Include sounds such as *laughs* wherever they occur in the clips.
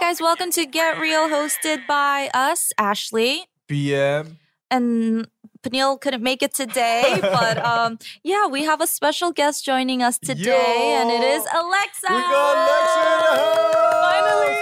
guys, welcome to Get Real, hosted by us, Ashley. PM. And Peniel couldn't make it today, but um, yeah, we have a special guest joining us today, and it is Alexa. We got Alexa in the house. Finally.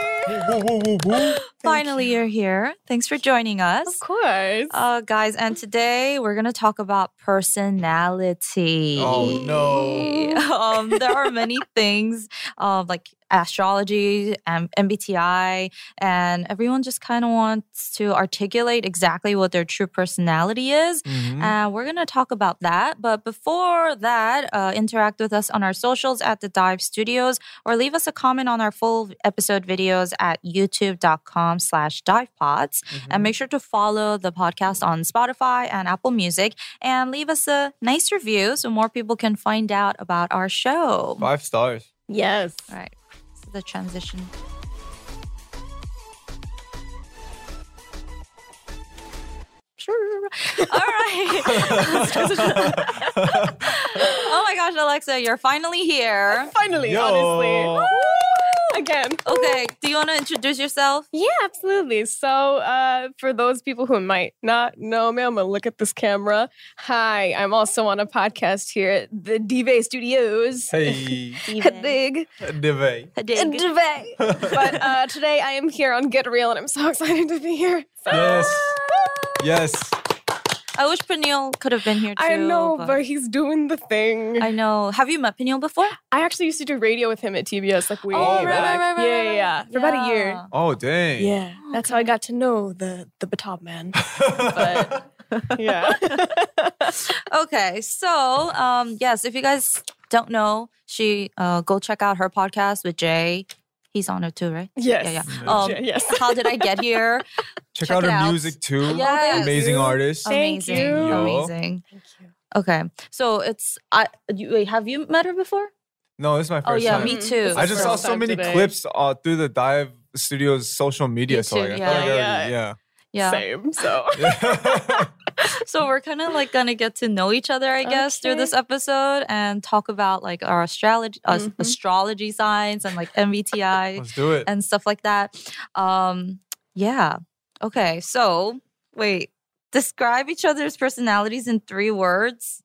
Woo, woo, woo, woo. *laughs* Finally, you. are here. Thanks for joining us. Of course. Uh, guys, and today we're going to talk about personality. Oh, *laughs* no. *laughs* um, there are many things uh, like astrology and MBTI, and everyone just kind of wants to articulate exactly what their true personality is. Mhm. Uh, we're going to talk about that. But before that, uh, interact with us on our socials at the Dive Studios or leave us a comment on our full episode videos at youtube.com slash divepods. mm-hmm. And make sure to follow the podcast on Spotify and Apple Music and leave us a nice review so more people can find out about our show. *laughs* Five stars. *laughs* Yes. All right. So the transition. Sure. All right. *laughs* oh my gosh, Alexa, you're finally here. Finally, Yo. honestly. Woo! Again. Okay, do you want to introduce yourself? Yeah, absolutely. So, uh, for those people who might not know me, I'm going to look at this camera. Hi, I'm also on a podcast here at the Dive Studios. Hey, Dig. *laughs* Devay. Dig. *laughs* But uh, today I am here on Get Real and I'm so *laughs* excited to be here. So- Yes. Yes. I wish Peniel could have been here too. I know, but he's doing the thing. I, I know. Have you met Peniel before? actually used to do radio with him at TBS, like way right, Oh, right, back. right, right, yeah, yeah, right. yeah, for about a year. Oh, dang. Yeah, that's how I got to know the the *laughs* Batab man. *laughs* But- yeah, Okay, so um, yes, if you guys don't know, she uh, go check out her podcast with Jay. He's on it too, *laughs* right? yes, Yeah, yeah. Yeah. Um, *laughs* Yeah, yes. How did I get here? Check, Check out it her out. Oh. music too. Yes. Amazing artist. Thank amazing, you. Yo. amazing. Thank you. Okay, so it's I. You, wait, have you met her before? No, this is my first oh yeah, time. me Mhm. too. This is I just saw First so time many today. clips uh, through the Dive Studios social media. Me so like, too, I yeah. feel like I already- yeah. Same. So *laughs* yeah. *laughs* So we're kind of like gonna get to know each other, I guess, through Okay. this episode and talk about like our astrology, uh, Mhm. astrology signs, and like MBTI. Let's do it. and stuff like that. Um, yeah. Okay. So, wait. Describe each other's personalities in three words.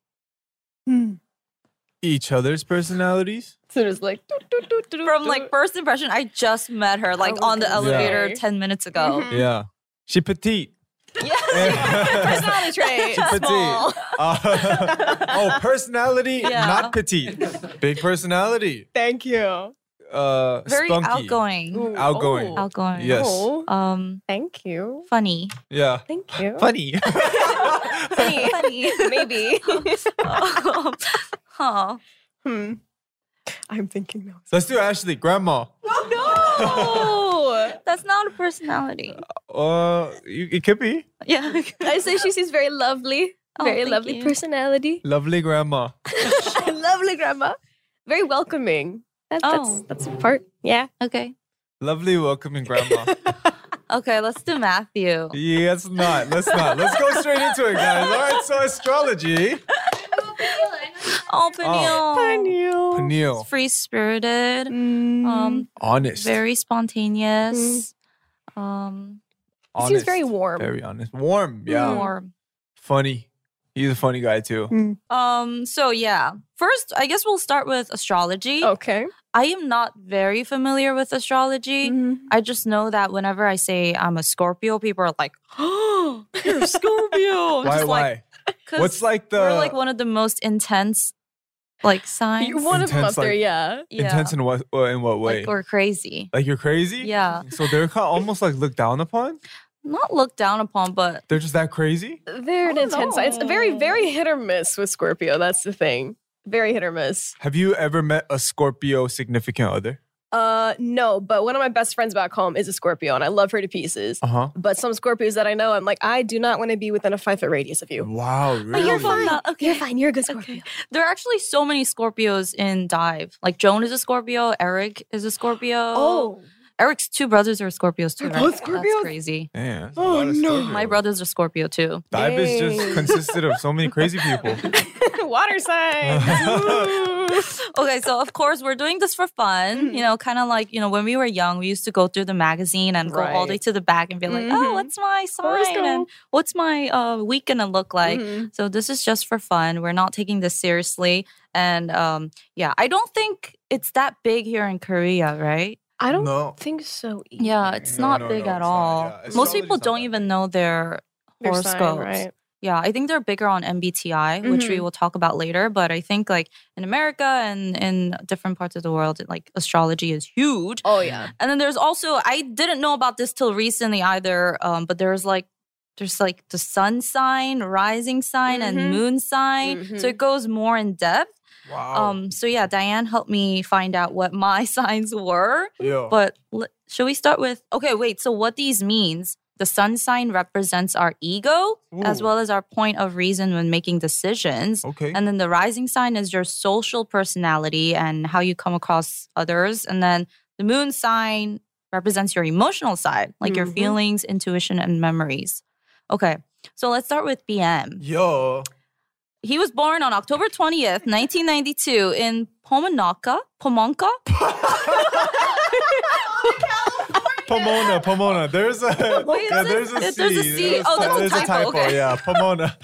Each other's personalities. so it's like doot, doot, doot, doot, From doot. like first impression, I just met her like Oh, on the okay. elevator Yeah. Mm-hmm. ten minutes ago. Mhm. Yeah. She *laughs* petite. *laughs* Yes. personality trait. She's petite. Small. Uh, *laughs* oh, personality, Yeah. not petite. Big personality. Thank you. Uh, Very spunky. outgoing. Ooh, Outgoing. oh. Outgoing. Yes. Oh, Um, thank you. funny. Yeah. Thank you. *laughs* Funny. Funny. *laughs* funny. Maybe. *laughs* huh. hmm. I'm thinking those. Let's do Ashley, grandma. *laughs* *laughs* Oh That's not a personality. Uh, you, it could be Yeah. *laughs* no! I say she seems very lovely. Oh, very thank lovely you. *laughs* personality. lovely grandma. lovely grandma. Very welcoming. That, Oh. That's that's a part. Yeah. okay. Lovely welcoming grandma. *laughs* Okay. Let's do Matthew. yeah, it's not. Let's not. Let's go straight into it, guys. All right. So astrology. Oh, Peniel. Peniel. Peniel, Free spirited. Mm-hmm. Um, honest. very spontaneous. Um, He honest. seems very warm. Very honest. Warm. Yeah. warm. Funny. He's a funny guy too. Um, so yeah. First, I guess we'll start with astrology. okay. I am not very familiar with astrology. Mm-hmm. *gasps* I just know that whenever I say I'm a Scorpio, people are like, "Oh, you're a *laughs* *laughs* Scorpio." I'm Why? just like, Why? What's 'cause like the we're like one of the most intense, like signs. You- one of them Intense, up there, like- yeah. yeah, intense in what uh, in what way? like we're crazy. Like you're crazy? Yeah. So they're kind of almost like looked down upon. Not looked down upon, but They're just that crazy. Very don't intense. It's very, very hit or miss with Scorpio. That's the thing. Very hit or miss. Have you ever met a Scorpio significant other? Uh, no, but one of my best friends back home is a Scorpio, and I love her to pieces. Uh huh. But some Scorpios that I know, I'm like, I do not want to be within a five foot radius of you. Wow. Really? you're fine. Okay. You're fine. You're a good Scorpio. Okay. There are actually so many Scorpios in Dive. Like Joan is a Scorpio, Eric is a Scorpio. Oh, Eric's two brothers are Scorpios too. right? They're both That's Scorpios? crazy. Yeah. that's a Oh, lot of no. Scorpio. My brothers are Scorpio too. Dive is Dang. just consisted of so many *laughs* crazy people. Oh. *laughs* Water signs. Ooh. Okay, so of course we're doing this for Hmm. fun. You know, kind of like you know when we were young, we used to go through the magazine and go all the way Right. to the back and be like, Mhm. oh, what's my sign Horoscope. and what's my uh, week gonna look like? Mhm. So this is just for fun. We're not taking this seriously, and um, yeah, I don't think it's that big here in Korea, right? I don't No. think so. Either. Yeah, it's No, not no, big no, at it's not, all. yeah. Most Astrology's people not don't that even know their Their sign, horoscopes. right? Yeah, I think they're bigger on MBTI, which we Mhm. will talk about later. But I think like in America and in different parts of the world, it, like astrology is huge. Oh yeah. And then there's also I didn't know about this till recently either. Um, but there's like there's like the sun sign, rising sign, Mhm. and moon sign. Mm-hmm. So it goes more in depth. Wow. Um, so yeah, Diane helped me find out what my *laughs* signs were. Yo. But l- should we start with okay, wait, so what these means? The sun sign represents our ego as Ooh. well as our point of reason when making decisions. Okay. And then the rising sign is your social personality and how you come across others. And then the moon sign represents your emotional side, like your Mm-hmm. Mhm. feelings, intuition, and memories. Okay, so let's start with BM. Yo. He was born on October 20th, 1992, in Pomona, Pomonka, Pomona, Pomona. There's a *laughs* Wait, yeah, is there's it- a there's C. a C. Oh, that's a there's typo, okay. Yeah, *laughs* Pomona.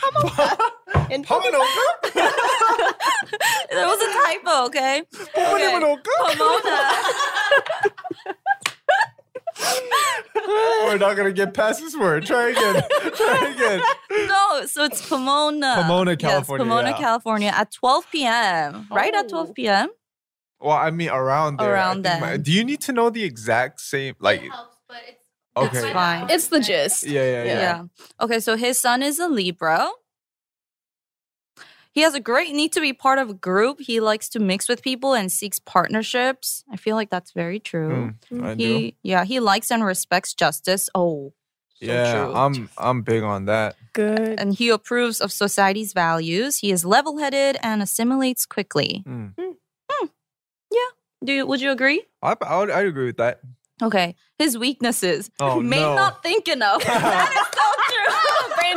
And Pomona. There was a typo, *laughs* okay? okay. Pomona. Pomona. We're not gonna get past this word. Try again. *laughs* Try again. No, so it's Pomona. Pomona, Yes, California, Pomona, yeah. California at 12 p.m. Right at Oh. 12 p.m. Well, I mean, around there. I Around think my- then. do you need to know the exact same? Like, okay. It's fine. It's the gist. Yeah, yeah, Yeah. yeah. Okay, so his son is a Libra. He has a great need to be part of a group. He likes to mix with people and seeks partnerships. I feel like that's very true. Mm, I do. he yeah, he likes and respects justice. Oh. so yeah, true. I'm I'm big on that. Good. and he approves of society's values. He is level-headed and assimilates quickly. Mm. Do you, would you agree? I I would, I'd agree with that. Okay, his weaknesses. Oh, May no. not think *laughs* enough. that is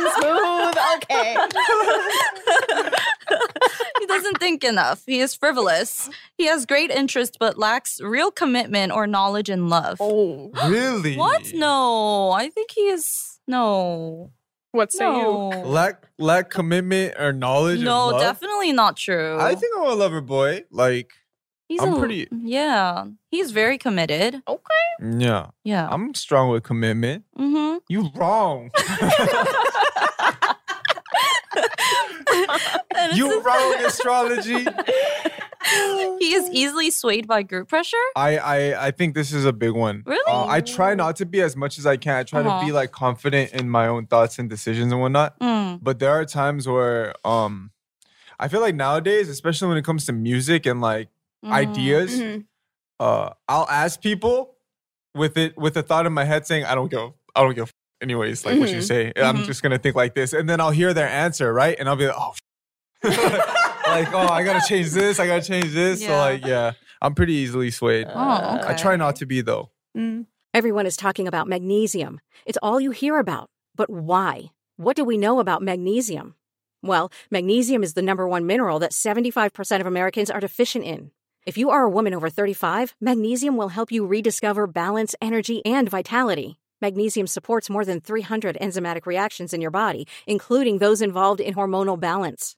so true. Brain smooth. Okay. *laughs* he doesn't think enough. He is frivolous. He has great interest but lacks real commitment or knowledge and love. *laughs* Oh. *gasps* Really? What? No, I think he is. No. What say you? no. Lack lack commitment or knowledge. and No, love? definitely not true. I think I'm a lover boy. Like, he's I'm a- pretty- Yeah, he's very committed. Okay. yeah, Yeah. I'm strong with commitment. hmm *laughs* *laughs* You wrong. you wrong astrology. *laughs* he is easily swayed by group pressure. I, I I think this is a big one. Really? Uh, I try not to be as much as I can. I try Uh-huh. to be like confident in my own thoughts and decisions and whatnot. Mm. But there are times where um, I feel like nowadays, especially when it comes to music and like Mm-hmm. ideas, Mhm. uh, I'll ask people with it with a thought in my head saying, "I don't go, I don't go." Anyways, like what you Mhm. say, I'm Mhm. just gonna think like this, and then I'll hear their answer, right? And I'll be like, "Oh, *laughs* like oh, I gotta change this, I gotta change this." So Yeah. like, yeah, I'm pretty easily swayed. Oh, Uh, I try not to be though. Mm. Everyone is talking about magnesium. It's all you hear about. But why? What do we know about magnesium? Well, magnesium is the number one mineral that 75% of Americans are deficient in. If you are a woman over 35, magnesium will help you rediscover balance, energy, and vitality. Magnesium supports more than 300 enzymatic reactions in your body, including those involved in hormonal balance.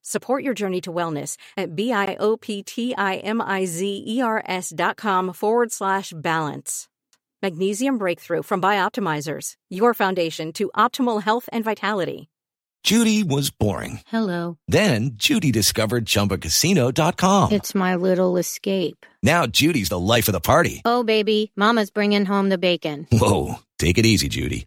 Support your journey to wellness at B-I-O-P-T-I-M-I-Z-E-R-S E dot com forward slash balance. Magnesium Breakthrough from Bioptimizers, your foundation to optimal health and vitality. Judy was boring. Hello. Then Judy discovered Oh. ChumbaCasino.com. It's my little escape. now Judy's the life of the party. Oh, baby, Mama's bringing home the bacon. Whoa, take it easy, Judy.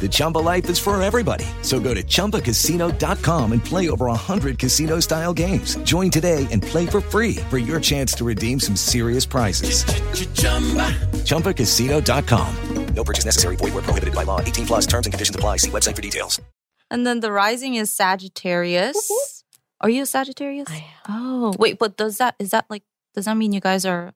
The Chumba life is for everybody. So go to ChumbaCasino.com and play over 100 casino style games. Join today and play for free for your chance to redeem some serious prizes. ChumbaCasino.com. No purchase necessary. Void where prohibited by law. 18 plus terms and conditions apply. See website for details. And then the rising is Sagittarius. Are you a Sagittarius? I am. Oh, wait, but does that is that like does that mean you guys are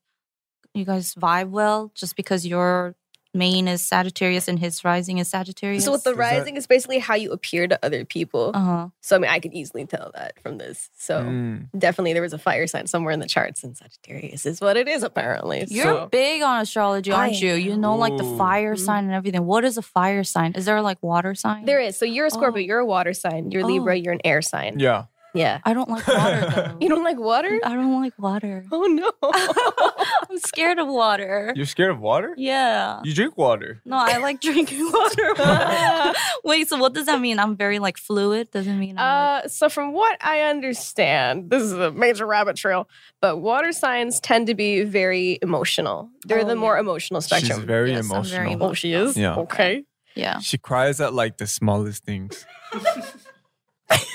you guys vibe well just because your main is Sagittarius and his rising is Sagittarius? So with the Is that- rising, it's basically how you appear to other people. uh-huh. So I mean, I could easily tell that from this. So Mm. definitely, there was a fire sign somewhere in the charts, and Sagittarius is what it is apparently. You're So- big on astrology, aren't I you? You know, like the Ooh. fire Mhm. sign and everything. What is a fire sign? Is there like water sign? there is. So you're a Scorpio. Oh. You're a water sign. You're Oh. Libra. You're an air sign. Yeah. Yeah. I don't like *laughs* water though. You don't *laughs* like water? I don't like *laughs* water. *laughs* Oh no. I'm scared of water. You're scared of water? yeah. You drink water. No, I like drinking *laughs* *laughs* water. Wait, so what does that mean? I'm very like fluid. Doesn't mean I'm like, Uh, so from what I understand, this is a major rabbit trail, but water signs tend to be very emotional. They're Oh, the more emotional spectrum. She's very Yes, I'm emotional. very emo- oh, she is. Yeah. Okay. *laughs* yeah. She cries at like the smallest *laughs* things.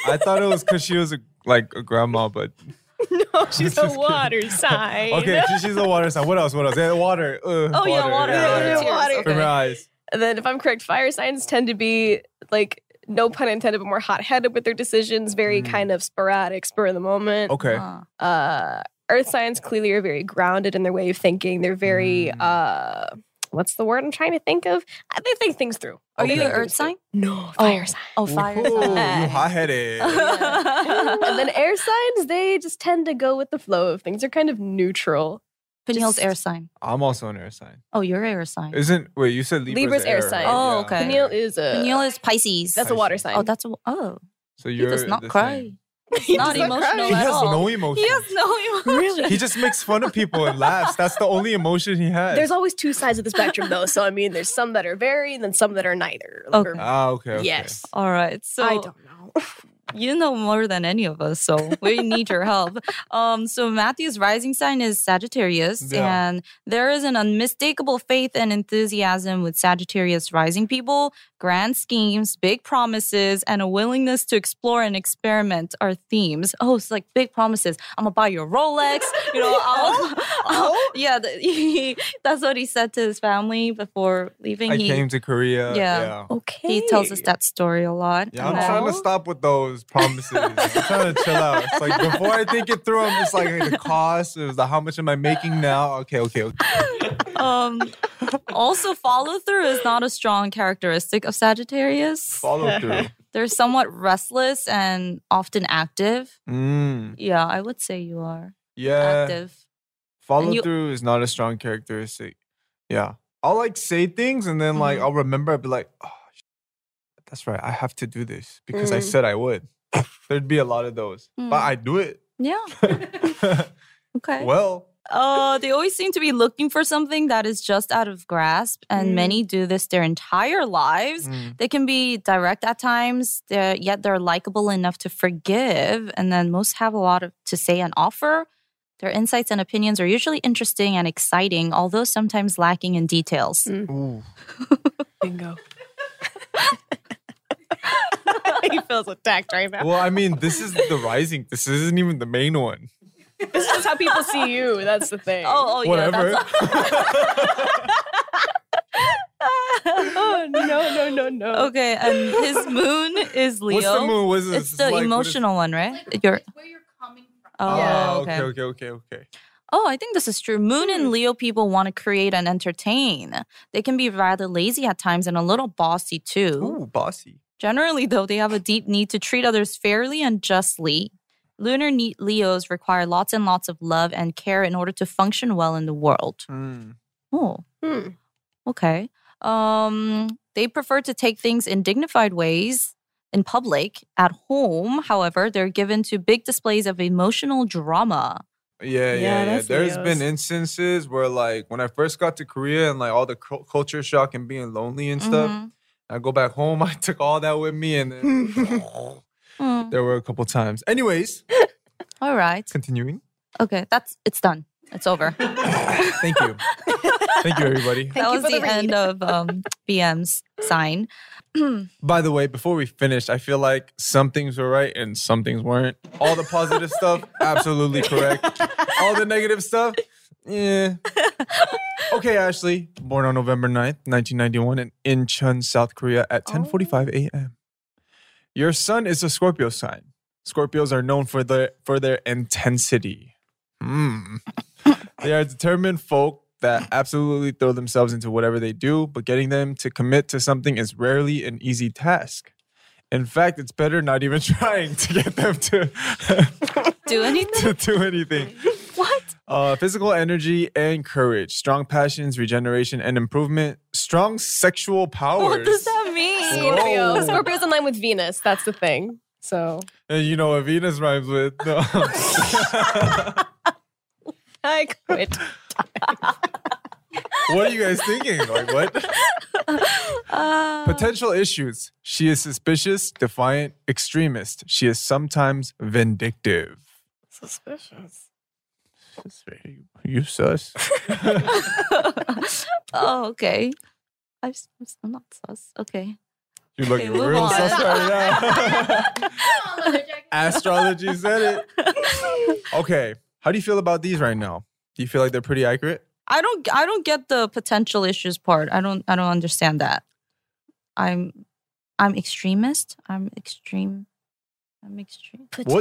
I thought it was because she was a, like a grandma, but *laughs* *laughs* no, she's Just a kidding. water sign. okay, *laughs* she, she's a water sign. What else? What else? Yeah, water. Uh, Oh, yeah, water. Yeah, water. yeah, Tears, water. okay. From her eyes. And then, if I'm correct, fire signs tend to be like. No pun intended, but more hot-headed with their decisions, very Mm. kind of sporadic, spur of the moment. Okay. Huh. uh, earth signs clearly are very grounded in their way of thinking. They're very Mm. uh, what's the word I'm trying to think of? Uh, They think things through. Are Oh, you They an think earth things through. sign? No, Oh. fire *laughs* sign. Oh, fire Ooh, sign. *laughs* you hot headed. and then air signs, they just tend to go with the flow of things. They're kind of neutral. Peniel's Just- air sign. I'm also an air sign. Oh, you're air sign. Isn't wait? You said Libra's, Libra's air sign. Oh, okay. Peniel is a Peniel is Pisces. Uh, that's a water sign. oh, that's a, oh. So He you're does not the cry. same. He not does cry. emotional He at has all. no emotion. He has no emotion. He just makes fun of people and laughs. That's the only emotion he has. There's always two sides of the spectrum, though. So I mean, there's some that are very, and then some that are neither. Like, Okay. ah okay. okay. Yes. All right. So I don't know. you know more than any of us, so we need your *laughs* help. Um, so Matthew's rising sign is Sagittarius, Yeah. and there is an unmistakable faith and enthusiasm with Sagittarius rising people. Grand schemes, big promises, and a willingness to explore and experiment are themes. Oh, it's like big promises. I'm gonna buy you a Rolex. You *laughs* know, *laughs* *laughs* I'll, Oh? I'll- *laughs* yeah, the, he, that's what he said to his family before leaving. I he came to Korea. Yeah. Yeah. Oh, Okay. he tells us that story a lot. Yeah, I'm And then- trying to stop with those promises. I'm trying to chill out. It's like before I think it through, I'm just like the cost. It was the how much am I making now? Okay, okay, okay. um, also, follow through is not a strong characteristic of Sagittarius. Follow through. *laughs* They're somewhat restless and often active. Mm, Yeah, I would say you are yeah. active. Follow And you- through is not a strong characteristic. Yeah. I'll like say things and then like Mhm. I'll remember, I'll be like, oh, sh- that's right. I have to do this because I Mm. said I would. *laughs* There'd be a lot of those. Mm. But I do it. Yeah. Okay. *laughs* well, Uh, they always seem to be looking for something that is just out of grasp, and Mm. many do this their entire lives. mm, They can be direct at times, they're, yet they're likable enough to forgive. And then most have a lot of, to say and offer. Their insights and opinions are usually interesting and exciting, although sometimes lacking in details. Mm. ooh, Bingo. *laughs* he feels attacked right now. well, I mean, this is the rising. This isn't even the main one. This is how people see you. That's the thing. Oh, oh Whatever. yeah. That's, *laughs* oh no, no, no, no. *laughs* okay, and his moon is Leo. What's the moon? What's this? It's It's the like, what is- emotional one, right? Your- where you're coming from. oh, Ah, okay. okay, okay, okay, okay. Oh, I think this is true. Moon Hmm. and Leo people want to create and entertain. They can be rather lazy at times and a little bossy too. Ooh, bossy. Generally, though, they have a deep need to treat others fairly and justly. Lunar ne- Leos require lots and lots of love and care in order to function well in the world. Mm. Oh, Hmm. okay. Um, they prefer to take things in dignified ways in public. At home, however, they're given to big displays of emotional drama. Yeah, yeah, Yeah, yeah. that's There's been Leo's. instances where, like, when I first got to Korea and like all the cul- culture shock and being lonely and stuff, Mhm. I go back home. *laughs* I took all that with me, and then Mm. there were a couple times. Anyways, All right. continuing. Okay, that's it's done. It's *laughs* over. Thank you, thank you, everybody. Thank that you was for the the, end read. of um, BM's sign. By the way, before we finish, I feel like some things were right and some things weren't. All the positive stuff, absolutely correct. All the negative stuff, yeah. Okay, Ashley, born on November 9th, 1991 in Incheon, South Korea at 10:45 a.m. Your son is a Scorpio sign. Scorpios are known for their for their intensity. Hmm. They are determined folk that absolutely throw themselves into whatever they do, but getting them to commit to something is rarely an easy task. In fact, it's better not even *laughs* trying to get them to, *laughs* Do anything? to do anything. What? Uh, physical energy and courage, strong passions, regeneration and improvement, strong sexual powers. What does that mean? Scorpio. Whoa. Scorpio's in line with Venus. That's the thing. So, And you know what Venus rhymes with. *laughs* No. I quit. what are you guys thinking? Like, what? Uh, Potential issues. She is suspicious, defiant, extremist. She is sometimes vindictive. Suspicious. You sus. oh, okay. I'm, s- I'm s- I'm not sus. Okay. You're looking move real on. sus right now. *laughs* Astrology said it. Okay. How do you feel about these right now? Do you feel like they're pretty accurate? I don't I don't get the potential issues part. I don't I don't understand that. I'm I'm extremist. I'm extreme. I'm extreme. What's-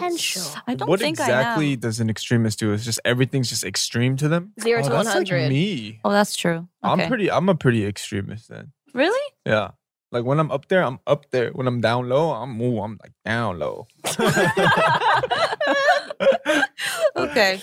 I don't what think I am. exactly does an extremist do? It's just everything's just extreme to them. Zero Oh, to that's like 100. me. Oh, that's true. Okay. I'm pretty. I'm a pretty extremist then. *laughs* Really? *laughs* Yeah. Like when I'm up there, I'm up there. When I'm down low, I'm ooh, I'm like down low. *laughs* *laughs* Okay.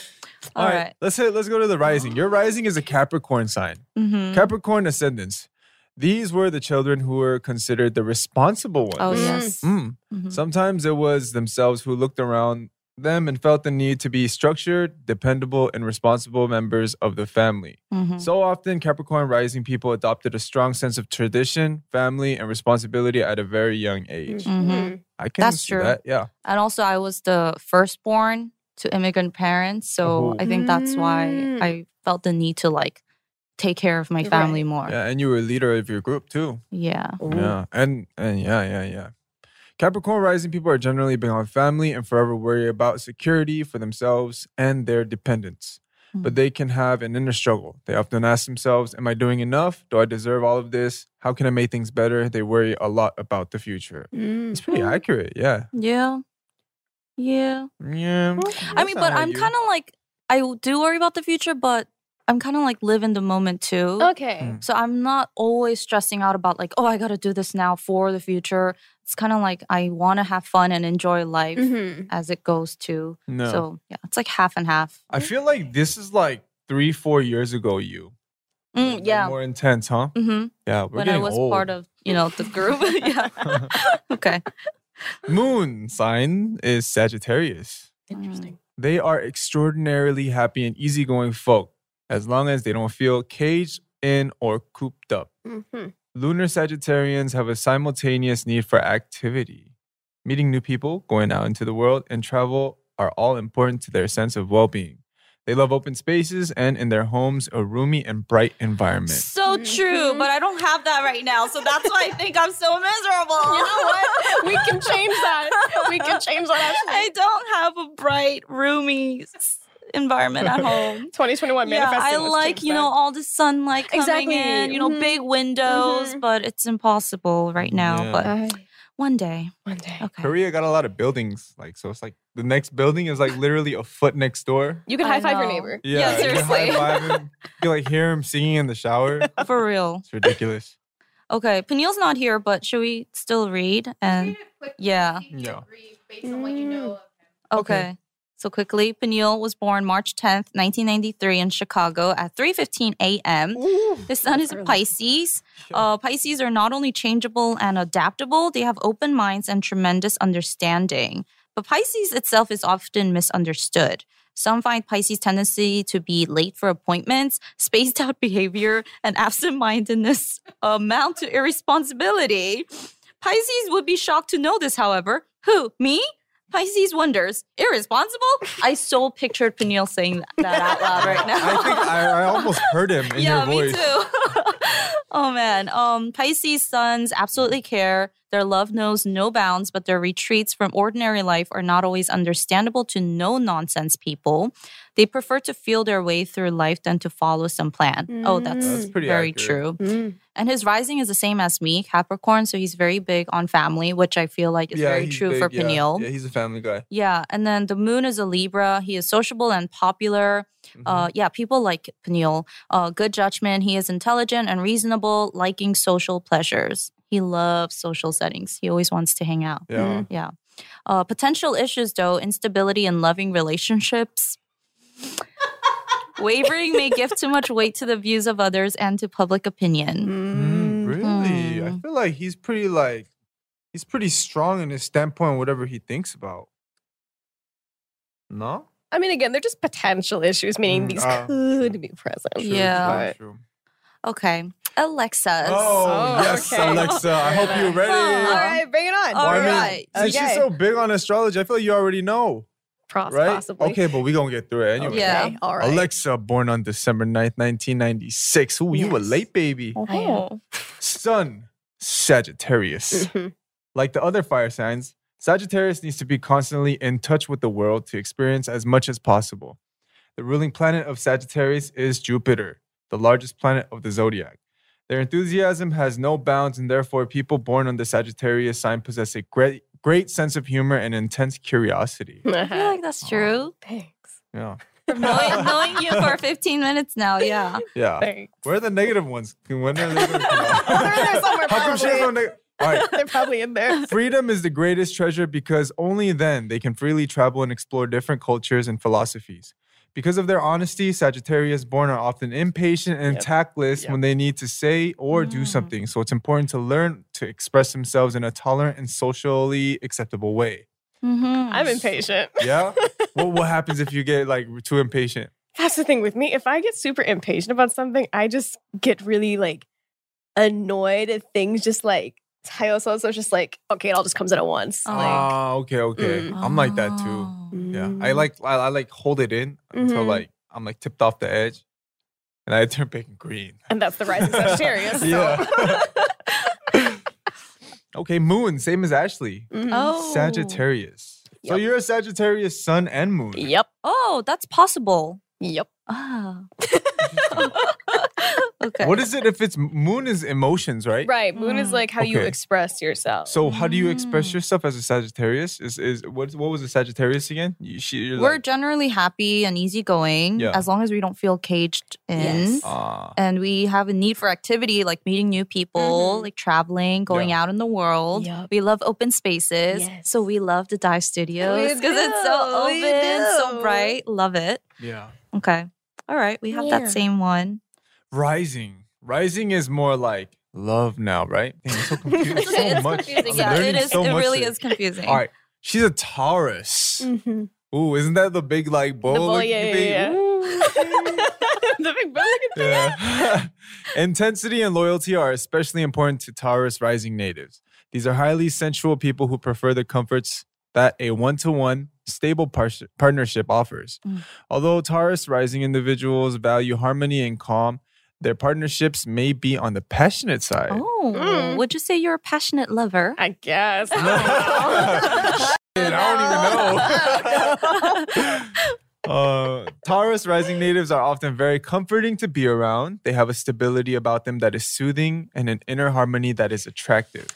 All right. Let's hit, let's go to the rising. Your rising is a Capricorn sign. Mhm. Capricorn ascendants. These were the children who were considered the responsible ones. Oh Mm. yes. Mm. Mhm. Sometimes it was themselves who looked around them and felt the need to be structured, dependable, and responsible members of the family. Mhm. So often, Capricorn rising people adopted a strong sense of tradition, family, and responsibility at a very young age. Mhm. Mm-hmm. I can That's see true. that. Yeah. And also, I was the firstborn to immigrant parents, so Oh. I think that's why Mm. I felt the need to like take care of my family more. Yeah, and you were a leader of your group too. Yeah. Yeah, and and yeah, yeah, yeah. Capricorn rising people are generally beyond family and forever worry about security for themselves and their dependents. Hmm. But they can have an inner struggle. They often ask themselves, "Am I doing enough? Do I deserve all of this? How can I make things better?" They worry a lot about the future. It's pretty Mm-hmm. accurate, yeah. Yeah. Yeah. Yeah. I mean, but I'm kind of like, I w- do worry about the future, but I'm kind of like live in the moment too. Mm. Okay. So I'm not always stressing out about like, oh, I got to do this now for the future. It's kind of like I want to have fun and enjoy life Mm-hmm. as it goes too. no. So yeah, it's like half and half. I feel like this is like three, four years ago. You. A Mm, little yeah. More intense, huh? hmm Yeah. We're When I getting was old. part of, you know, the group. *laughs* *laughs* yeah. okay. Moon sign is Sagittarius. Interesting. They are extraordinarily happy and easygoing folk, as long as they don't feel caged in or cooped up. *laughs* Mm-hmm. Lunar Sagittarians have a simultaneous need for activity. Meeting new people, going out into the world, and travel are all important to their sense of well being. They love open spaces and in their homes, a roomy and bright environment. So true, but I don't have that right now. So that's why I think I'm so miserable. *laughs* You know *laughs* what? we can change that. We can change that. I Actually. don't have a bright, roomy s- environment at *laughs* home. 2021 Yeah, manifesting. I Let's like change you that. know all the sunlight coming Exactly. in, you know, Mhm. big windows, Mhm. but it's impossible right now. Yeah. But one day, one day. okay. Korea got a lot of buildings, like, so it's like the next building is like literally a foot next door. You can I high five your know. neighbor. Yeah, you can seriously. high *laughs* five him. You can, like hear him singing in the shower. For real. It's ridiculous. Okay, Peniel's not here, but should we still read? And yeah, Yeah. mm. based on what you know. okay. Okay. So quickly, Peniel was born March 10th, 1993 in Chicago at 3:15 a.m. The sun is a Pisces. Uh, Pisces are not only changeable and adaptable, they have open minds and tremendous understanding. But Pisces itself is often misunderstood. Some find Pisces tendency to be late for appointments, *laughs* spaced out behavior, and absent mindedness amount to irresponsibility. Pisces would be shocked to know this, however. Who? Me? Pisces wonders. Irresponsible? I so pictured Peniel saying that, that out loud right now. *laughs* I think I, I almost heard him *laughs* in yeah, your voice. me too. oh man, um, Pisces sons absolutely care. Their love knows no bounds, but their retreats from ordinary life are not always understandable to no nonsense people. They prefer to feel their way through life than to follow some plan. Oh, that's, Mm. That's pretty very accurate. true. Mm. And his rising is the same as me, Capricorn. So he's very big on family, which I feel like is very he's true big, for yeah. Peniel. Yeah, he's a family guy. Yeah, and then the moon is a Libra. He is sociable and popular. Mm-hmm. Uh, yeah, people like Peniel. Uh, good judgment. He is intelligent and reasonable, liking social pleasures. He loves social settings. He always wants to hang out. Yeah. Yeah. Uh, potential issues, though instability in loving relationships. Wavering may give too much weight to the views of others and to public opinion. Mm, really? I Mm. feel like he's pretty like he's pretty strong in his standpoint, whatever he thinks about. No? I mean, again, they're just potential issues, meaning Mm, these ah, could be present. True, Yeah. But- True. Okay. Alexa. Oh, Oh, yes, okay. Alexa. I hope you're ready. Oh, all right, bring it on. All Well, I right. mean, Okay. Since she's so big on astrology, I feel like you already know, Poss- right? Possibly. Okay, but we gonna get through it anyway. Oh, Yeah. Okay, All right. Alexa, born on December 9th, 1996. Ooh, you were Yes. late, baby. *laughs* Oh. Sun, Sagittarius. Mhm. Like the other fire signs, Sagittarius needs to be constantly in touch with the world to experience as much as possible. The ruling planet of Sagittarius is Jupiter, the largest planet of the zodiac. Their enthusiasm has no bounds, and therefore, people born on the Sagittarius sign possess a great, great sense of humor and intense *laughs* curiosity. I feel like that's true. Thanks. Yeah. knowing, knowing you for 15 minutes now, *laughs* yeah. Yeah. Thanks. Where are the negative ones? When are *laughs* they gonna come out? They're in there somewhere, How come she has no probably. neg- All right. They're probably in *laughs* there. Freedom is the greatest treasure because only then they can freely travel and explore different cultures and philosophies. Because of their honesty, Sagittarius born are often impatient and Yep. tactless when they need to say or do Mm. something. So it's important to learn to express themselves in a tolerant and socially acceptable way. Mm-hmm. I'm impatient. *laughs* Yeah? what what happens if you get like too impatient? That's the thing with me. If I get super impatient about something, I just get really like annoyed at things just like I also also just like, okay, it all just comes out at once. Oh. Like Ah, okay, okay. Mm. I'm like that too. Yeah. I mm. like I, I like hold it in until Mhm. like I'm like tipped off the edge and I turn pink and green. and that's the *laughs* rising Sagittarius. *laughs* so- Yeah. okay, Moon, same as Ashley. Mhm. Oh. Sagittarius. So Yep. you're a Sagittarius Sun and Moon. Yep. Oh, that's possible. Yep. Ah. *laughs* okay. What is it if it's Moon is emotions, right? Right. Moon is Mm. like how you Okay. express yourself. So how do you express Mm. yourself as a Sagittarius? Is is what what was a Sagittarius again? You, she, you're We're like, generally happy and easygoing Yeah. as long as we don't feel caged in. Yes. ah, And we have a need for activity like meeting new people, Mhm. like traveling, going out in the world. Yup. We love open spaces. Yes. So we love the dive studios We because it's do, so we open, so do. bright. Love it. yeah. Okay. All right. We have Yeah. that same one. Rising. Rising is more like love now, right? Dang, *laughs* it's so confusing. It's okay, so it's much. confusing. I'm Yeah, it learning is. so it much really today. is confusing. All right. She's a Taurus. Mm-hmm. Mhm. Ooh, isn't that the big like bowl? The bowl, looking yeah, yeah, thing? yeah. *laughs* Ooh, okay. the big bowl, look at that. Yeah. *laughs* Intensity and loyalty are especially important to Taurus rising natives. These are highly sensual people who prefer the comforts that a one to one, stable par- partnership offers. Mm. Although Taurus rising individuals value harmony and calm, their partnerships may be on the passionate side. Oh, Mm. would you say you're a passionate lover? I guess. No. *laughs* Shit, *laughs* I *laughs* don't even know. Uh, Taurus rising natives are often very comforting to be around. They have a stability about them that is soothing and an inner harmony that is attractive.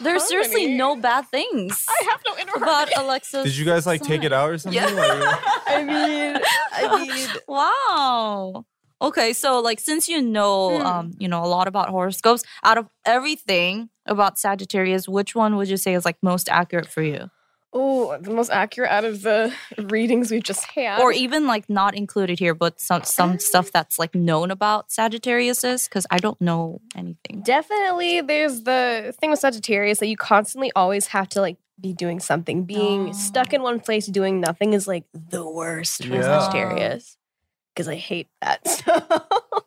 There's seriously no bad things I have no inner *laughs* about Alexa's. Did you guys like take it out or something? Yeah. Like, I mean, I *laughs* mean, wow. Okay, so like since you know, Hmm. um, you know a lot about horoscopes, out of everything about Sagittarius, which one would you say is like most accurate for you? Oh, the most accurate out of the readings we've just had. Or even like not included here, but some Hmm. some stuff that's like known about Sagittarius is because I don't know anything. Definitely, there's the thing with Sagittarius that you constantly always have to like be doing something. Being Oh. stuck in one place doing nothing is like the worst for Yeah. Sagittarius because I hate that. *laughs* So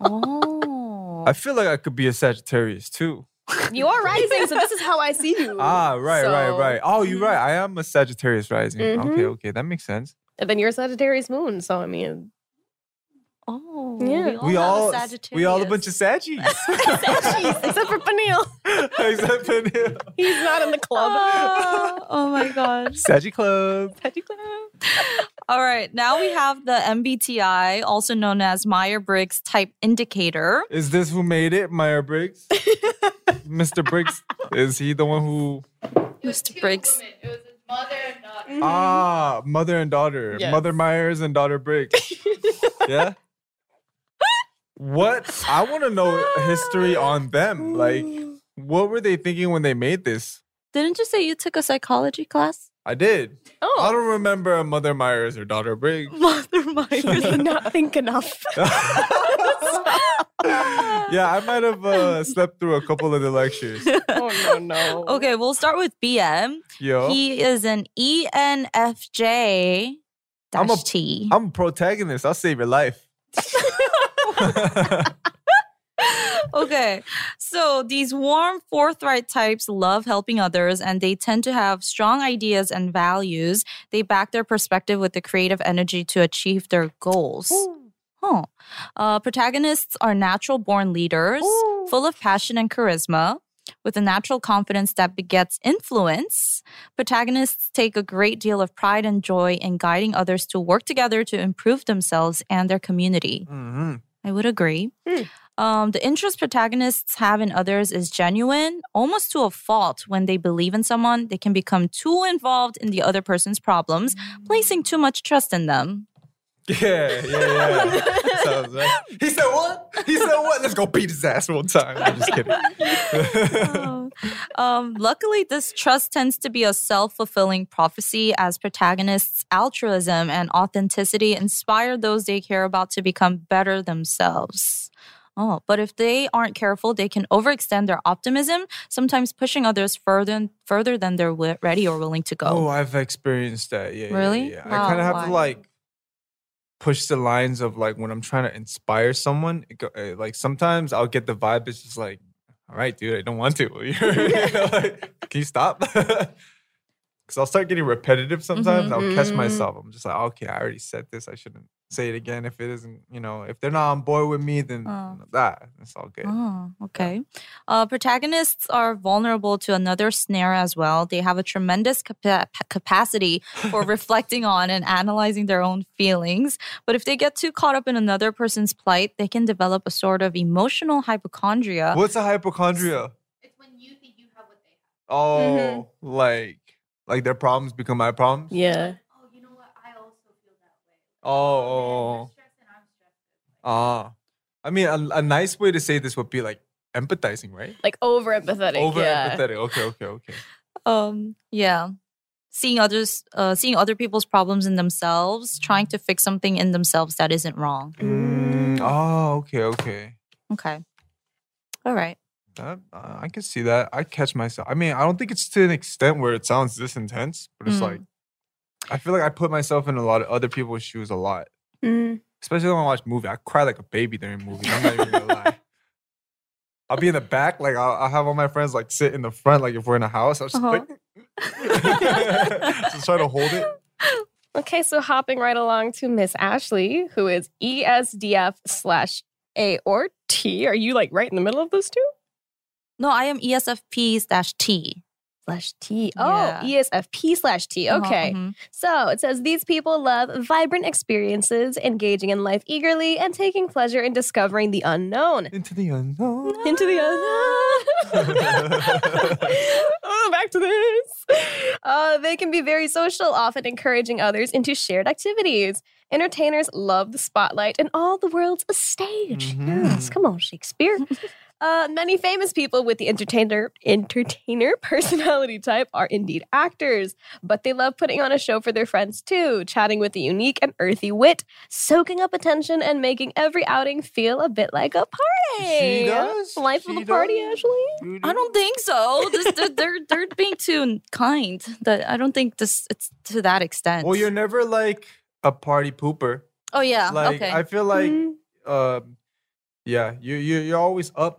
Oh, *laughs* I feel like I could be a Sagittarius too. you are *laughs* rising, so this is how I see you. Ah, right, right, So- right. Oh, you're mm-hmm. right. I am a Sagittarius rising. Okay, okay, that makes sense. And then you're a Sagittarius moon, so I mean, *laughs* oh, Yeah. we have a all we all a Sagittarius. bunch of Saggies. *laughs* *laughs* Jeez, except for Panil, Except for the- he's not in the Ah. club. *laughs* Oh, oh my gosh. Saggy Club. Saggy club. All right, now we have the MBTI, also known as Meyer Briggs Type Indicator. Is this who made it, Meyer *laughs* Briggs? Mr. Briggs, is he the one who? Mr. Briggs. Ah, mother and daughter, Yes. mother Myers and daughter *laughs* Briggs. yeah. What I want to know *laughs* history on them. Like, what were they thinking when they made this? Didn't you say you took a psychology class? I did. Oh, I don't remember a mother Myers or daughter *laughs* Briggs. *laughs* Mother *laughs* Myers. *laughs* not think enough. yeah, I might have uh, slept through a couple of the lectures. oh no, *laughs* no. okay, we'll start with BM. Yo, He is an E ENFJ. I'm a- dash T. I'm a protagonist. I'll save your *laughs* life. *laughs* *laughs* okay. So these warm, forthright types love helping others and they tend to have strong ideas and values. They back their perspective with the creative energy to achieve their goals. Huh. Uh, protagonists are natural born leaders, full of passion and charisma. With a natural confidence that begets influence, protagonists take a great deal of pride and joy in guiding others to work together to improve themselves and their community. hmm I would agree. Hmm. Um, the interest protagonists have in others is genuine, almost to a fault. When they believe in someone, they can become too involved in the other person's problems, placing too much trust in them. Yeah, yeah, yeah. Sounds right. He said what? He said what? Let's go beat his ass one time. I'm *laughs* just kidding. Oh. um, luckily, this trust tends to be a self fulfilling prophecy as protagonists' altruism and authenticity inspire those they care about to become better themselves. Oh, but if they aren't careful, they can overextend their optimism, sometimes pushing others further further than they're wi- ready or willing to oh, go. I've experienced that. Yeah, yeah, Really? Oh, Yeah, Wow, I kind of have why? to like push the lines of like when I'm trying to inspire someone. It go, uh, like sometimes I'll get the vibe. It's just like, all right, dude, I don't want to. *laughs* You *laughs* know, like, Can you stop? *laughs* Because I'll start getting repetitive sometimes. I'll Mm-hmm, catch Mhm. myself. I'm just like, okay, I already said this. I shouldn't say it again. If it isn't, you know, if they're not on board with me, then Oh. that it's all good. Oh, okay. Uh, protagonists are vulnerable to another snare as well. They have a tremendous capa- capacity for reflecting on and analyzing their own feelings. But if they get too caught up in another person's plight, they can develop a sort of emotional Uh, hypochondria. What's a hypochondria? It's when you think you have what they have. Oh, like like their problems become my problems. Mm-hmm. Yeah. Oh, oh, oh. ah. I mean, a, a nice way to say this would be like empathizing, right? Like over empathetic. Over yeah. empathetic. Okay, okay, okay. Um, yeah. Seeing others, uh, seeing other people's problems in themselves, trying to fix something in themselves that isn't wrong. Mm, oh, okay, okay. Okay. All right. That, uh, I can see that. I catch myself. I mean, I don't think it's to an extent where it sounds this intense, but it's Mm. like I feel like I put myself in a lot of other people's shoes a lot. Mm. Especially when I watch movie, I cry like a baby during movies. I'm not even gonna lie. I'll be in the back, like I'll, I'll have all my friends like sit in the front, like *laughs* if we're in a house. I'll just Uh-huh. like just try to hold it. Okay, so hopping right along to Miss Ashley, who is E ESDF slash A or T. Are you like right in the middle of those two? No, I am E ESFP dash T. Slash T. Yeah. Oh, ESFP slash T. Uh-huh, Okay. mhm. So it says these people love vibrant experiences, engaging in life eagerly, and taking pleasure in discovering the unknown. Into the unknown. into the other. *laughs* oh, back to this. Uh, they can be very social, often encouraging others into shared activities. Entertainers love the spotlight and all the world's a stage. Mhm. *laughs* Yes, come on, Shakespeare. Uh, many famous people with the entertainer entertainer *laughs* personality type are indeed actors, but they love putting on a show for their friends too, chatting with a unique and earthy wit, soaking up attention, and making every outing feel a bit like a party. She does. Life She of the party, does. Ashley. I don't think so. This, they're, they're they're being too kind. That I don't think this it's to that extent. Well, you're never like a party pooper. oh yeah. Like okay. I feel like, Mhm. um, yeah, you you you're always up.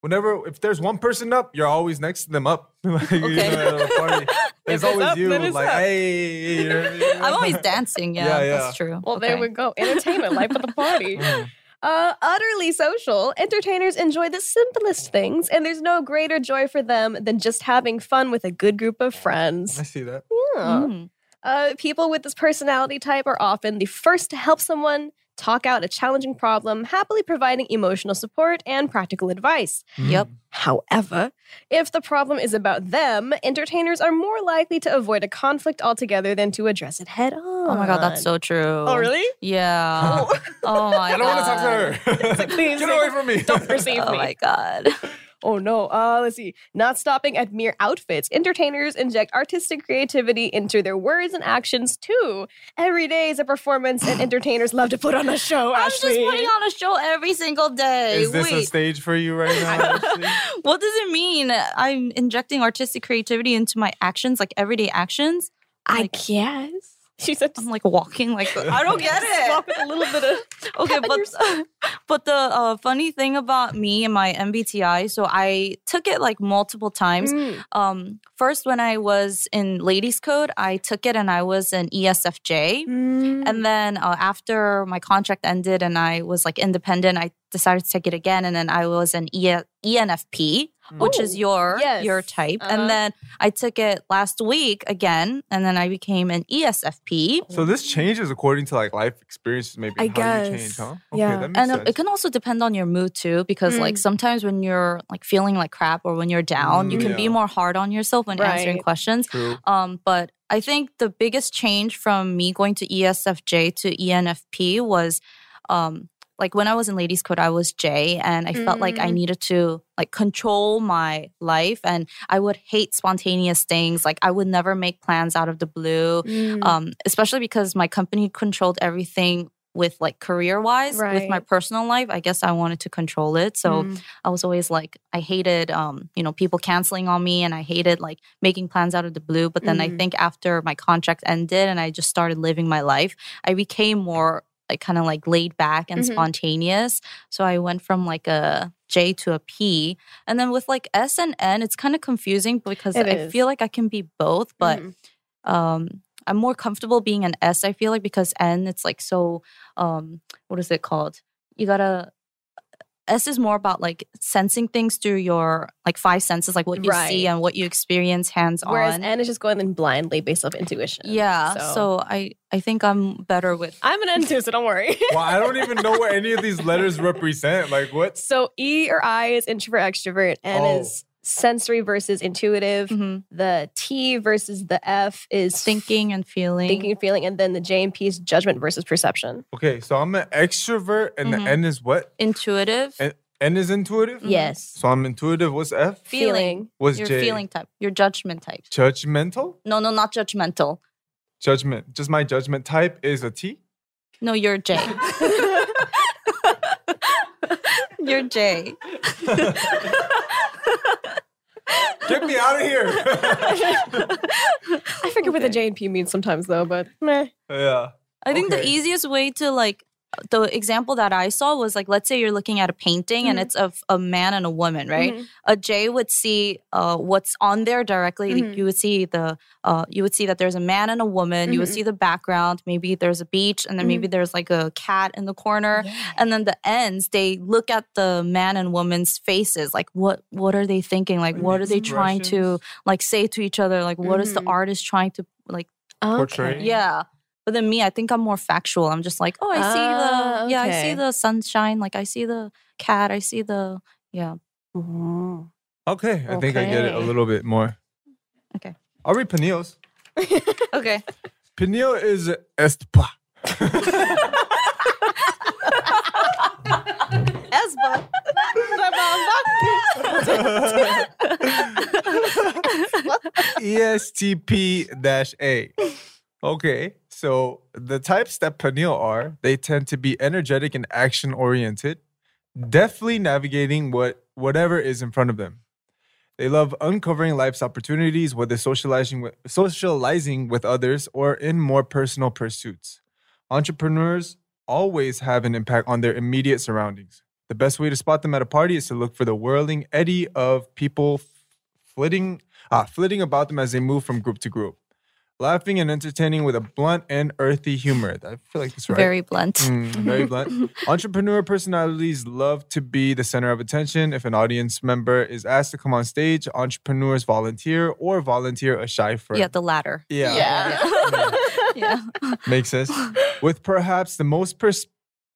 Whenever if there's one person up, you're always next to them up. *laughs* like, you Okay. know, at a party. it's There's always up, you. then it's Like up. hey, you know what I mean? *laughs* *laughs* I'm *laughs* always dancing. Yeah, Yeah, that's true. Well, okay. Uh-huh. there we go. Entertainment, life of the *laughs* party. Mm. Uh, utterly social, entertainers enjoy the simplest things, and there's no greater joy for them than just having fun with a good group of I friends. see that. Yeah. Mm. Uh, people with this personality type are often the first to help someone talk out a challenging problem, happily providing emotional support and practical advice. Mm-hmm. Yep. However, if the problem is about them, entertainers are more likely to avoid a conflict altogether than to address it head on. Oh my god, that's so true. Oh, really? Yeah. *laughs* Oh. oh my. I don't want to talk god. *laughs* to her. *laughs* Please Get away from me. *laughs* Don't perceive Oh me. my god. Oh no. Uh, let's see. Not stopping at mere outfits, entertainers inject artistic creativity into their words and actions too. Every day is a performance, *sighs* and entertainers love to put on a show. I'm just Ashley. putting on a show every single day. Is this Wait, a stage for you right now? Ashley? *laughs* what does it mean? I'm injecting artistic creativity into my actions, like everyday actions. I Like- guess. She said, I'm like walking, like I don't *laughs* *laughs* get just it. walk with a little bit *laughs* of. Okay, on but *laughs* but the uh, funny thing about me and my MBTI, so I took it like multiple times. Mm-hmm. Mm. Um, first, when I was in ladies' code, I took it and I was an E ESFJ. Mm-hmm. And then uh, after my contract ended and I was like independent, I decided to take it again. And then I was an E- ENFP, which is Ooh, your yes. your type. Uh-huh. And then I took it last week again, and then I became an E ESFP. So this changes according to like life experiences, maybe I and how you guess. change, huh? Yeah. that makes And uh, sense. it can also depend on your mood too, because like Mm. sometimes when you're like feeling like crap or when you're down, you Mm, can be yeah. more hard on yourself when answering Right. questions. True. Um, but I think the biggest change from me going to E ESFJ to E ENFP was um, like when I was in ladies' code, I was J, and I felt like I Mm. needed to like control my life, and I would hate spontaneous things. Like I would never make plans out of the blue, Mm. Uh, um, especially because my company controlled everything with like career wise with my Right. personal life i guess i wanted to control it so i was always like i hated um, you know people canceling on me and i hated like making plans out of the blue but then i Mhm. think after my contract ended and i just started living my life i became more like kind of like laid back and Mhm. spontaneous so i went from like a j to a p and then with like s and n it's kind of confusing because It i is. feel like i can be both but Mhm. um I'm more comfortable being an S, I feel like, because N it's like so um what is it called? You gotta S is more about like sensing things through your like five senses, like what you see Right. and what you experience hands whereas on. N is just going in blindly based off intuition. yeah. So. I I think I'm better with I'm an N too, so don't worry. *laughs* Well, I don't even know what any of these letters represent. Like what? So E or I is introvert extrovert, N Oh. is sensory versus intuitive. Mhm. The T versus the F is thinking and feeling. thinking, feeling, Mm-hmm. and then the J and P is judgment versus perception. Okay, so I'm an extrovert, and Mhm. the N is what? Intuitive. N, N is intuitive. Yes. So I'm intuitive. What's F? feeling. What's Your J? feeling type. Your judgment type. Judgmental. No, no, not judgmental. Judgment. Just my judgment type is a T. No, you're *laughs* J. *laughs* you're J. Get me out of here. *laughs* *laughs* I forget what the J and P means sometimes though, but meh. yeah. I think the Okay. easiest way to like the example that I saw was like let's say you're looking at a painting Mm-hmm. and it's of a man and a woman, right? A J would see uh, what's on there directly. Like, Mm-hmm. You would see the uh, you would see that there's a man and a woman. You Mm-hmm. would see the background. Maybe there's a beach, and then maybe there's like a cat in the corner. And then the ends, they look at the man and woman's faces. Like what what are they thinking? Like Like, what the are they trying to expressions. Mm-hmm. like say to each other? Like what is the Mhm. artist trying to like Portray. yeah. But then me, I think I'm more factual. I'm just like, oh, I see the Ah, yeah, I see okay. the sunshine. Like I see the cat. I see the yeah. Okay, I think I get it a Okay. little bit more. Okay. I'll read Peniel's. Okay. Peniel is Estpa. Espa. that E ESTP A. Okay, so the types that pineal are, they tend to be energetic and action oriented, deftly navigating what whatever is in front of them. They love uncovering life's opportunities, whether socializing with, socializing with others or in more personal pursuits. Entrepreneurs always have an impact on their immediate surroundings. The best way to spot them at a party is to look for the whirling eddy of people f- flitting ah, flitting about them as they move from group to group, laughing and entertaining with a blunt and earthy humor. I feel like that's right. Very blunt. Mm, very blunt. Entrepreneur personalities love to be the center of attention. If an audience member is asked to come on stage, entrepreneurs volunteer or volunteer a shy friend. Yeah, the *laughs* latter. yeah. yeah. Yeah. Makes sense. With perhaps the most pers-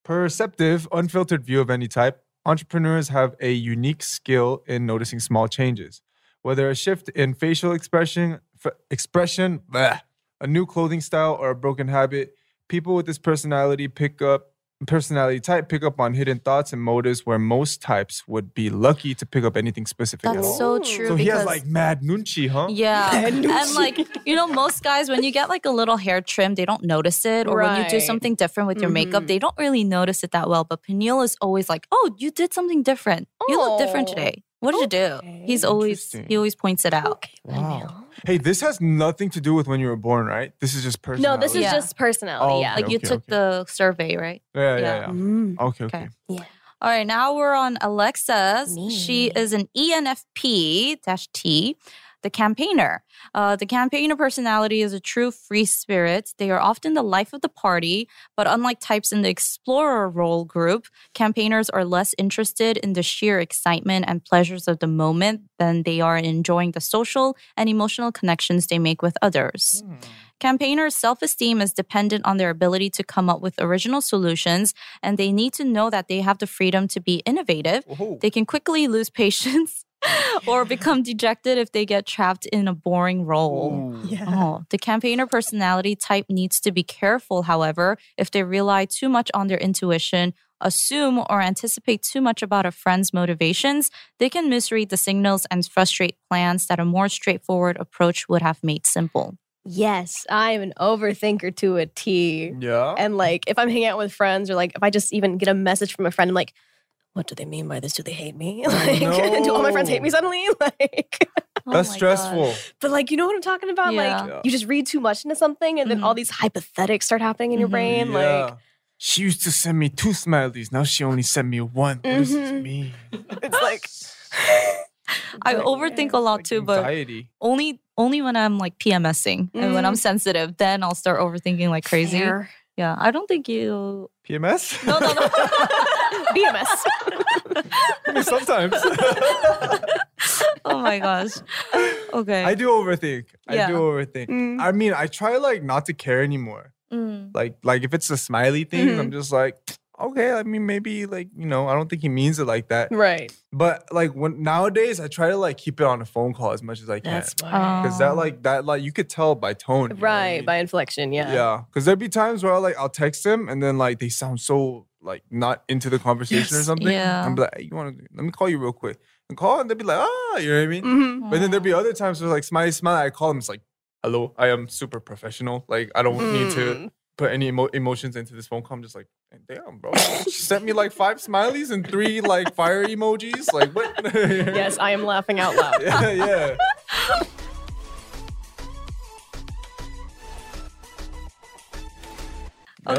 perceptive, unfiltered view of any type, entrepreneurs have a unique skill in noticing small changes. Whether a shift in facial expression, f- expression, bleh, a new clothing style, or a broken habit, people with this personality pick up personality type pick up on hidden thoughts and motives where most types would be lucky to pick up anything specific at all. That's so true. so because he has like mad nunchi, huh? *laughs* Yeah. and like, you know, most guys, when you get like a little hair trim, they don't notice it. Or when you do Right. something different with your makeup, they don't really notice it that well. But Peniel is always like, oh, you did something different. You look different Oh, today. What did you do? He's always, interesting. he always points it out. Wow. Hey, this has nothing to do with when you were born, right? This is just personal. No, this is Yeah. just personality. Oh, yeah. Like you okay, took okay. the survey, right? yeah, yeah, yeah. yeah. Mm. Okay, okay. Okay. All right, now we're on Alexa's. Me. She is an E ENFP T, the campaigner. Uh, the campaigner personality is a true free spirit. They are often the life of the party, but unlike types in the explorer role group, campaigners are less interested in the sheer excitement and pleasures of the moment than they are in enjoying the social and emotional connections they make with others. Campaigners' self esteem is dependent on their ability to come up with original solutions, and they need to know that they have the freedom to be innovative. Whoa. They can quickly lose *laughs* patience or become dejected if they get trapped in a boring role. Ooh. Oh, the campaigner personality type needs to be careful, however, if they rely too much on their intuition, assume, or anticipate too much about a friend's motivations, they can misread the signals and frustrate plans that a more straightforward approach would have made simple. Yes, I'm an overthinker to a T. Yeah. And like, if I'm hanging out with friends, or like, if I just even get a message from a friend, I'm like, "What do they mean by this? Do they hate me? *laughs* Like, do all my friends hate me no. suddenly? *laughs* Like, Oh That's my gosh. stressful. but like, you know what I'm talking about? Yeah. Like, Yeah. you just read too much into something, and then all these hypothetics start happening in your Mhm. brain. Like, Mm-hmm. Yeah. she used to send me two smileys. Now she only sent me one. What does this Mm-hmm. Mhm. mean? it's like, I But overthink a lot too, but anxiety. only only when I'm like PMSing and when I'm sensitive, then I'll start overthinking like *laughs* crazy. Fair. Yeah, I don't think you. PMS? No, no, *laughs* no. BMS. *laughs* I mean, *laughs* *laughs* sometimes. oh my gosh. Okay. I do overthink. I Yeah. Mm-hmm. do overthink. Mm. I mean, I try like not to care anymore. Mm. Like like if it's a smiley thing, Mhm. I'm Mm-hmm. just like, okay, I mean maybe like, you know, I don't think he means it like that. right. But like when nowadays I try to like keep it on a phone call as much as I can. That's smart. Cause that like that like you could tell by tone. you know what I Um, right mean? by inflection. Yeah. Um, Yeah, because there'd be times where I like I'll text them and then like they sound so like not into the conversation or something. Yeah. I'm like, hey, you want to? Let me call you real quick and call, and they'd be like, ah, you know what I mean. Mhm. But then there'd be other times where like smiley smiley, I call them, it's like, hello, I am super professional. Like I don't need Mm. to put any emo- emotions into this phone call. I'm just like, damn, bro, she sent me like five smileys and three like fire emojis. Like what? *laughs* Mm. Yes, I am laughing out loud. yeah, yeah. That was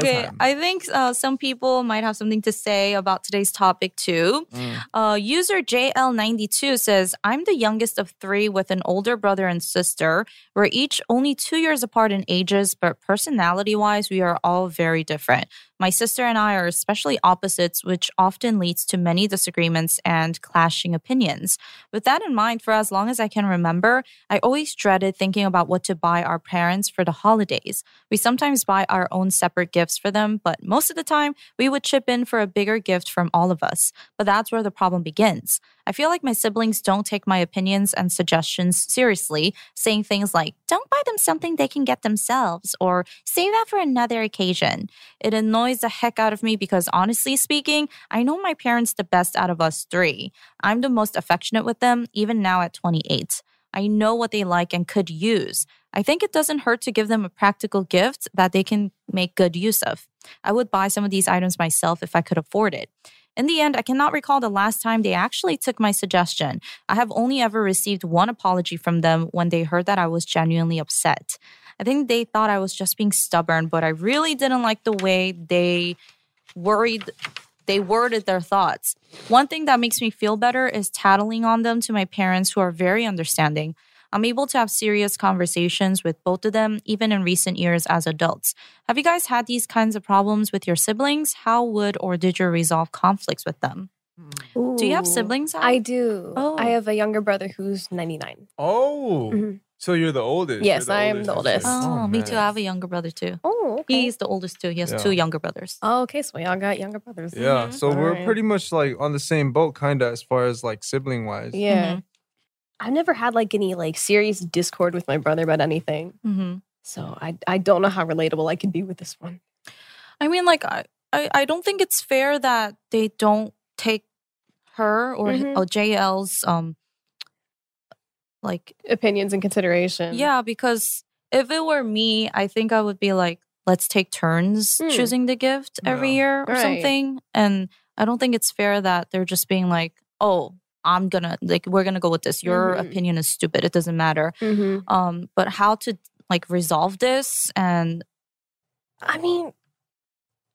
*laughs* Okay, hard. I think uh, some people might have something to say about today's topic too. Mm. Uh, user JL92 says, I'm the youngest of three with an older brother and sister. We're each only two years apart in ages, but personality wise, we are all very different. My sister and I are especially opposites, which often leads to many disagreements and clashing opinions. With that in mind, for as long as I can remember, I always dreaded thinking about what to buy our parents for the holidays. We sometimes buy our own separate gifts for them, but most of the time, we would chip in for a bigger gift from all of us. But that's where the problem begins. I feel like my siblings don't take my opinions and suggestions seriously, saying things like, don't buy them something they can get themselves, or save that for another occasion. It annoys the heck out of me because honestly speaking, I know my parents the best out of us three. I'm the most affectionate with them, even now at 28. I know what they like and could use. I think it doesn't hurt to give them a practical gift that they can make good use of. I would buy some of these items myself if I could afford it. In the end, I cannot recall the last time they actually took my suggestion. I have only ever received one apology from them when they heard that I was genuinely upset. I think they thought I was just being stubborn, but I really didn't like the way they worried they worded their thoughts. One thing that makes me feel better is tattling on them to my parents who are very understanding. I'm able to have serious conversations with both of them, even in recent years as adults. Have you guys had these kinds of problems with your siblings? How would or did you resolve conflicts with them? Do you have Ooh. siblings? I Al? do. Oh. I have a younger brother who's 99. Oh, Mm-hmm. Mhm. so you're the oldest. You're Yes, I am the sister. oldest. Oh, me too. man. I have a younger brother too. Oh, He's the oldest too. He has Yeah. two younger brothers. Oh, okay. So we all got younger brothers. Mm-hmm. Yeah, so All we're right. pretty much like on the same boat, kind of, as far as like sibling wise. Yeah. I've never had like any like serious discord with my brother about anything. Mm-hmm. So I I don't know how relatable I can be with this one. I mean, like, I, I, I don't think it's fair that they don't take her or, Mhm. or JL's, um, like, Opinions and consideration. yeah, because if it were me, I think I would be like, let's take turns Hmm. choosing the gift every Yeah. year or Right. something. And I don't think it's fair that they're just being like, oh, I'm gonna, like, we're gonna go with this. Your Mhm. opinion is stupid. It doesn't matter. Mm-hmm. Um, but how to, like, resolve this and I mean, you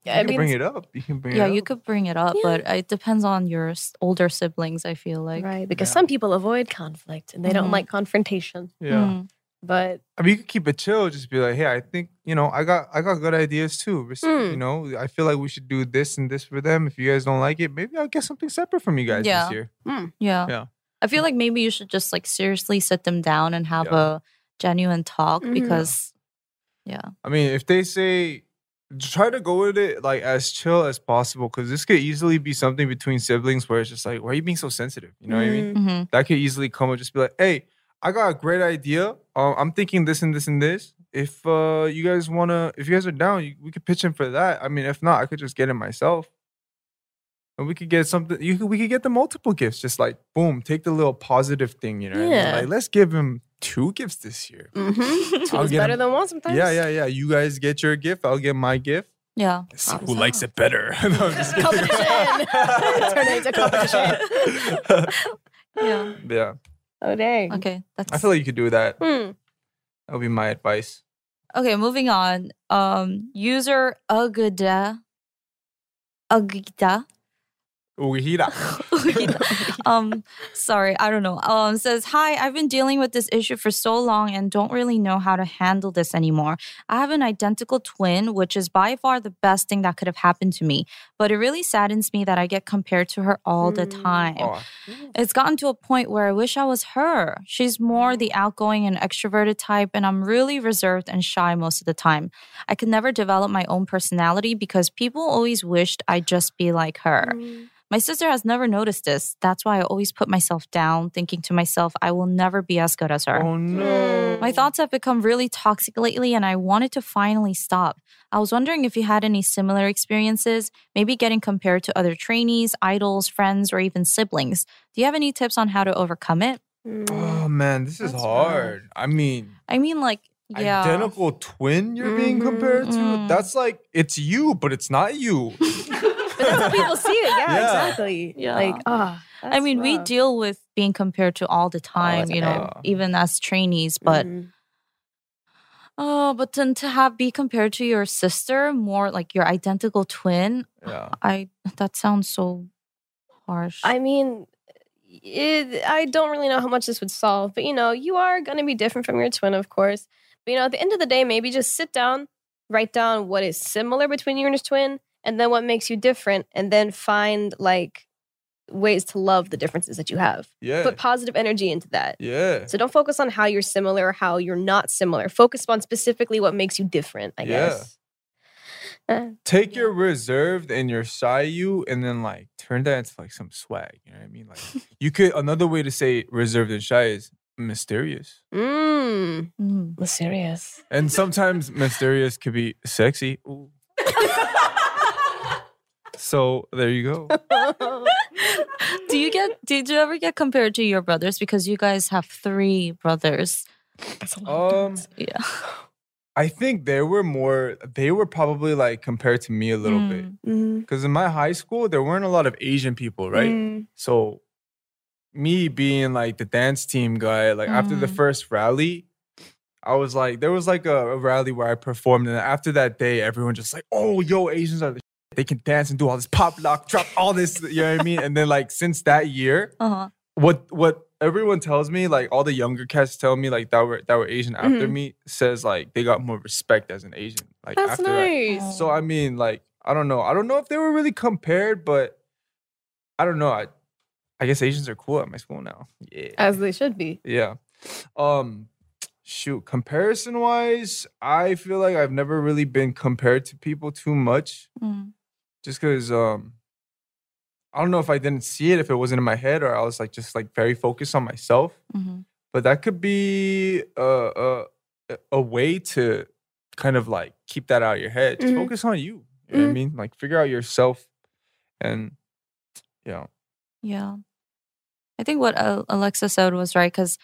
yeah, I can mean, bring it up. You can bring yeah it you up. could bring it up Yeah. but it depends on your s- older siblings i feel like right? Because Yeah. some people avoid conflict and they don't Mhm. like confrontation. Yeah, Mm. But I mean, you could keep it chill. Just be like, hey, I think you know, I got, I got good ideas too. Res- Mm. You know, I feel like we should do this and this for them. If you guys don't like it, maybe I'll get something separate from you guys Yeah. this year. yeah Yeah. i feel like maybe you should just like seriously sit them down and have Yeah. a genuine talk Mhm. because yeah I mean, if they say try to go with it like as chill as possible, because this could easily be something between siblings where it's just like, why are you being so sensitive? You know what I mean? hmm Mm. That could easily come and just be like, hey, I got a great idea. Uh, I'm thinking this and this and this. If uh, you guys wanna, if you guys are down, you, we could pitch in for that. I mean, if not, I could just get it myself. And we could get something. You could, we could get the multiple gifts. Just like boom, take the little positive thing. You know, what I mean? Yeah. like let's give him two gifts this year. *laughs* Mhm. Two I'll is get better him- than one sometimes. Yeah, yeah, yeah. You guys get your gift. I'll get my gift. yeah See who likes it better. *laughs* No, I'm just kidding. Competition. Turn it into yeah *laughs* yeah, Oh dang. okay that's I feel like you could do that. Hmm. That would be my advice. okay moving on um user agda agda *laughs* Ujira. um sorry i don't know um says hi i've been dealing with this issue for so long and don't really know how to handle this anymore i have an identical twin which is by far the best thing that could have happened to me but it really saddens me that i get compared to her all the Mm. time Aw. it's gotten to a point where I wish I was her. She's more the outgoing and extroverted type, and I'm really reserved and shy most of the time. I could never develop my own personality because people always wished I'd just be like her. Mm. My sister has never noticed this. That's why I always put myself down, thinking to myself, I will never be as good as her. Oh no. My thoughts have become really toxic lately, and I wanted to finally stop. I was wondering if you had any similar experiences, maybe getting compared to other trainees, idols, friends, or even siblings. Do you have any tips on how to overcome it? Mm. Oh man, this is That's rough. hard. I mean, I mean, like, yeah. identical twin you're being Mhm. compared to. Mm. That's like it's you, but it's not *laughs* you. *laughs* But that's how people see it. Yeah, *laughs* Yeah. exactly. Yeah. Like, ah. I mean, we deal with being compared to all the time, you know, time. even as trainees, but oh, but then to have be compared to your sister, more like your identical twin, yeah. I that sounds so harsh. I mean, it, I don't really know how much this would solve, but you know, you are going to be different from your twin, of course. But you know, at the end of the day, maybe just sit down, write down what is similar between you and your twin, and then what makes you different, and then find like ways to love the differences that you have. Yeah. Put positive energy into that. yeah. So don't focus on how you're similar or how you're not similar. Focus on specifically what makes you different, I Yeah. guess. Uh, Take your reserved and your Sayu and then like turn that into like some swag. You know what I mean? Like you could another way to say reserved and shy is mysterious. Mmm. Mm. Mysterious. And sometimes mysterious could be sexy. Ooh. so there you go. do you get did you ever get compared to your brothers because you guys have three brothers That's a lot. Um yeah I think they were more they were probably like compared to me a little bit. Mm. Mm, Because in my high school, there weren't a lot of Asian people, right? Mm-hmm. mm. So, me being like the dance team guy, like after the Mm. first rally, I was like, there was like a, a rally where I performed, and after that day, everyone just like, oh, yo, Asians are the shit. they can dance and do all this pop lock, drop all this, you know what I mean? And then like since that year, uh-huh what what everyone tells me, like all the younger cats tell me, like that were that were Asian after Mhm. me, says like they got more respect as an Asian, like That's after that. nice. So I mean, like, I don't know. I don't know if they were really compared, but I don't know. I, I guess Asians are cool at my school now. Yeah. As they should be. yeah. Um shoot, comparison wise, I feel like I've never really been compared to people too much. Mm. Just cause um I don't know if I didn't see it, if it wasn't in my head, or I was like just like very focused on myself. Mhm. But that could be a a, a way to kind of like keep that out of your head. Just Mm-hmm. Mhm. focus on you. You know what I Mhm. mean? Like figure out yourself and you know. yeah i think what uh, alexa said was right because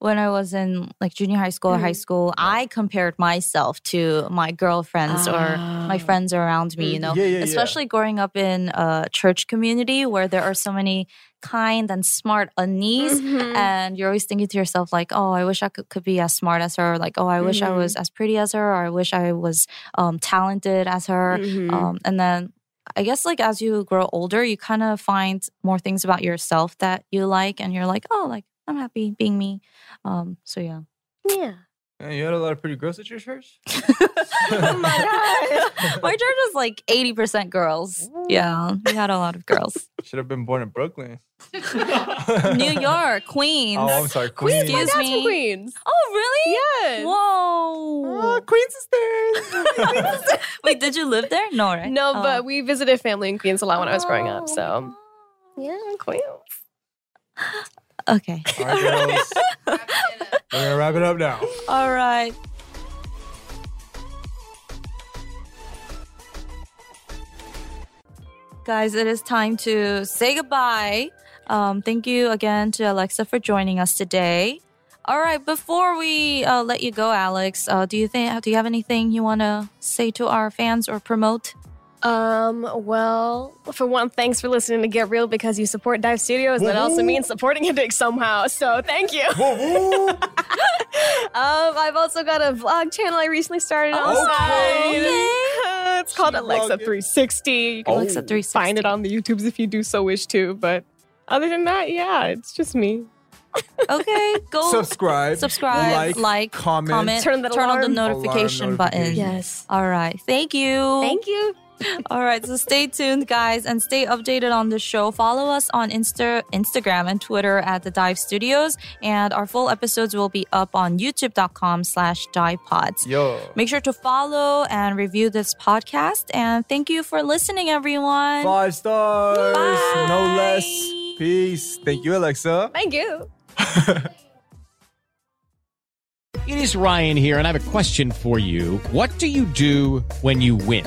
when i was in like junior high school or high Mm. school i compared myself to my girlfriends or my Ah. friends around me you Mm. know Yeah, yeah, yeah. especially growing up in a church community where there are so many kind and smart aunties Mhm. and you're always thinking to yourself like oh i wish i could, could be as smart as her like oh i wish i Mhm. was as pretty as her or i wish i was um, talented as her Mhm. *laughs* um, and then i guess like as you grow older you kind of find more things about yourself that you like and you're like oh like i'm happy being me um, so yeah yeah. Yeah, you had a lot of pretty girls at your church? my god my church was like 80% girls yeah we had a lot of girls Should have been born in Brooklyn. *laughs* new york queens Oh, I'm sorry, Queens. Queens, my Excuse That's from me. Queens. oh really Yes. Whoa! Ah, Queens *laughs* is there. Wait, did you live there? No, right? No, Oh. but we visited family in Queens a lot when I was growing up. So Oh. yeah, Queens. Okay. All right, girls. We're gonna wrap it up now. All right. Guys, it is time to say goodbye. Um, thank you again to Alexa for joining us today. All right, before we uh, let you go, Alex, uh, do you think do you have anything you want to say to our fans or promote? Um, well, for one, thanks for listening to Get Real because you support Dive Studios. That also means supporting Indic somehow. So thank you. *laughs* um, I've also got a vlog channel I recently started on Okay. site. *laughs* it's called She Alexa vlogging. 360. You can Alexa 360. find it on the YouTubes if you do so wish to. But other than that, yeah, it's just me. Okay, go Subscribe. subscribe, Like, like, comment. Turn that on the alarm- notification alarm button. notification. Yes. All right. Thank you. Thank you. All right, so stay tuned, guys, and stay updated on the show. Follow us on Insta, Instagram, and Twitter at the Dive Studios, and our full episodes will be up on YouTube.com/slash DivePods. Yo. Make sure to follow and review this podcast, and thank you for listening, everyone. Five stars, no Bye. less. Peace. Thank you, Alexa. Thank you. It is Ryan here, and I have a question for you. What do you do when you win?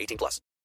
18 plus.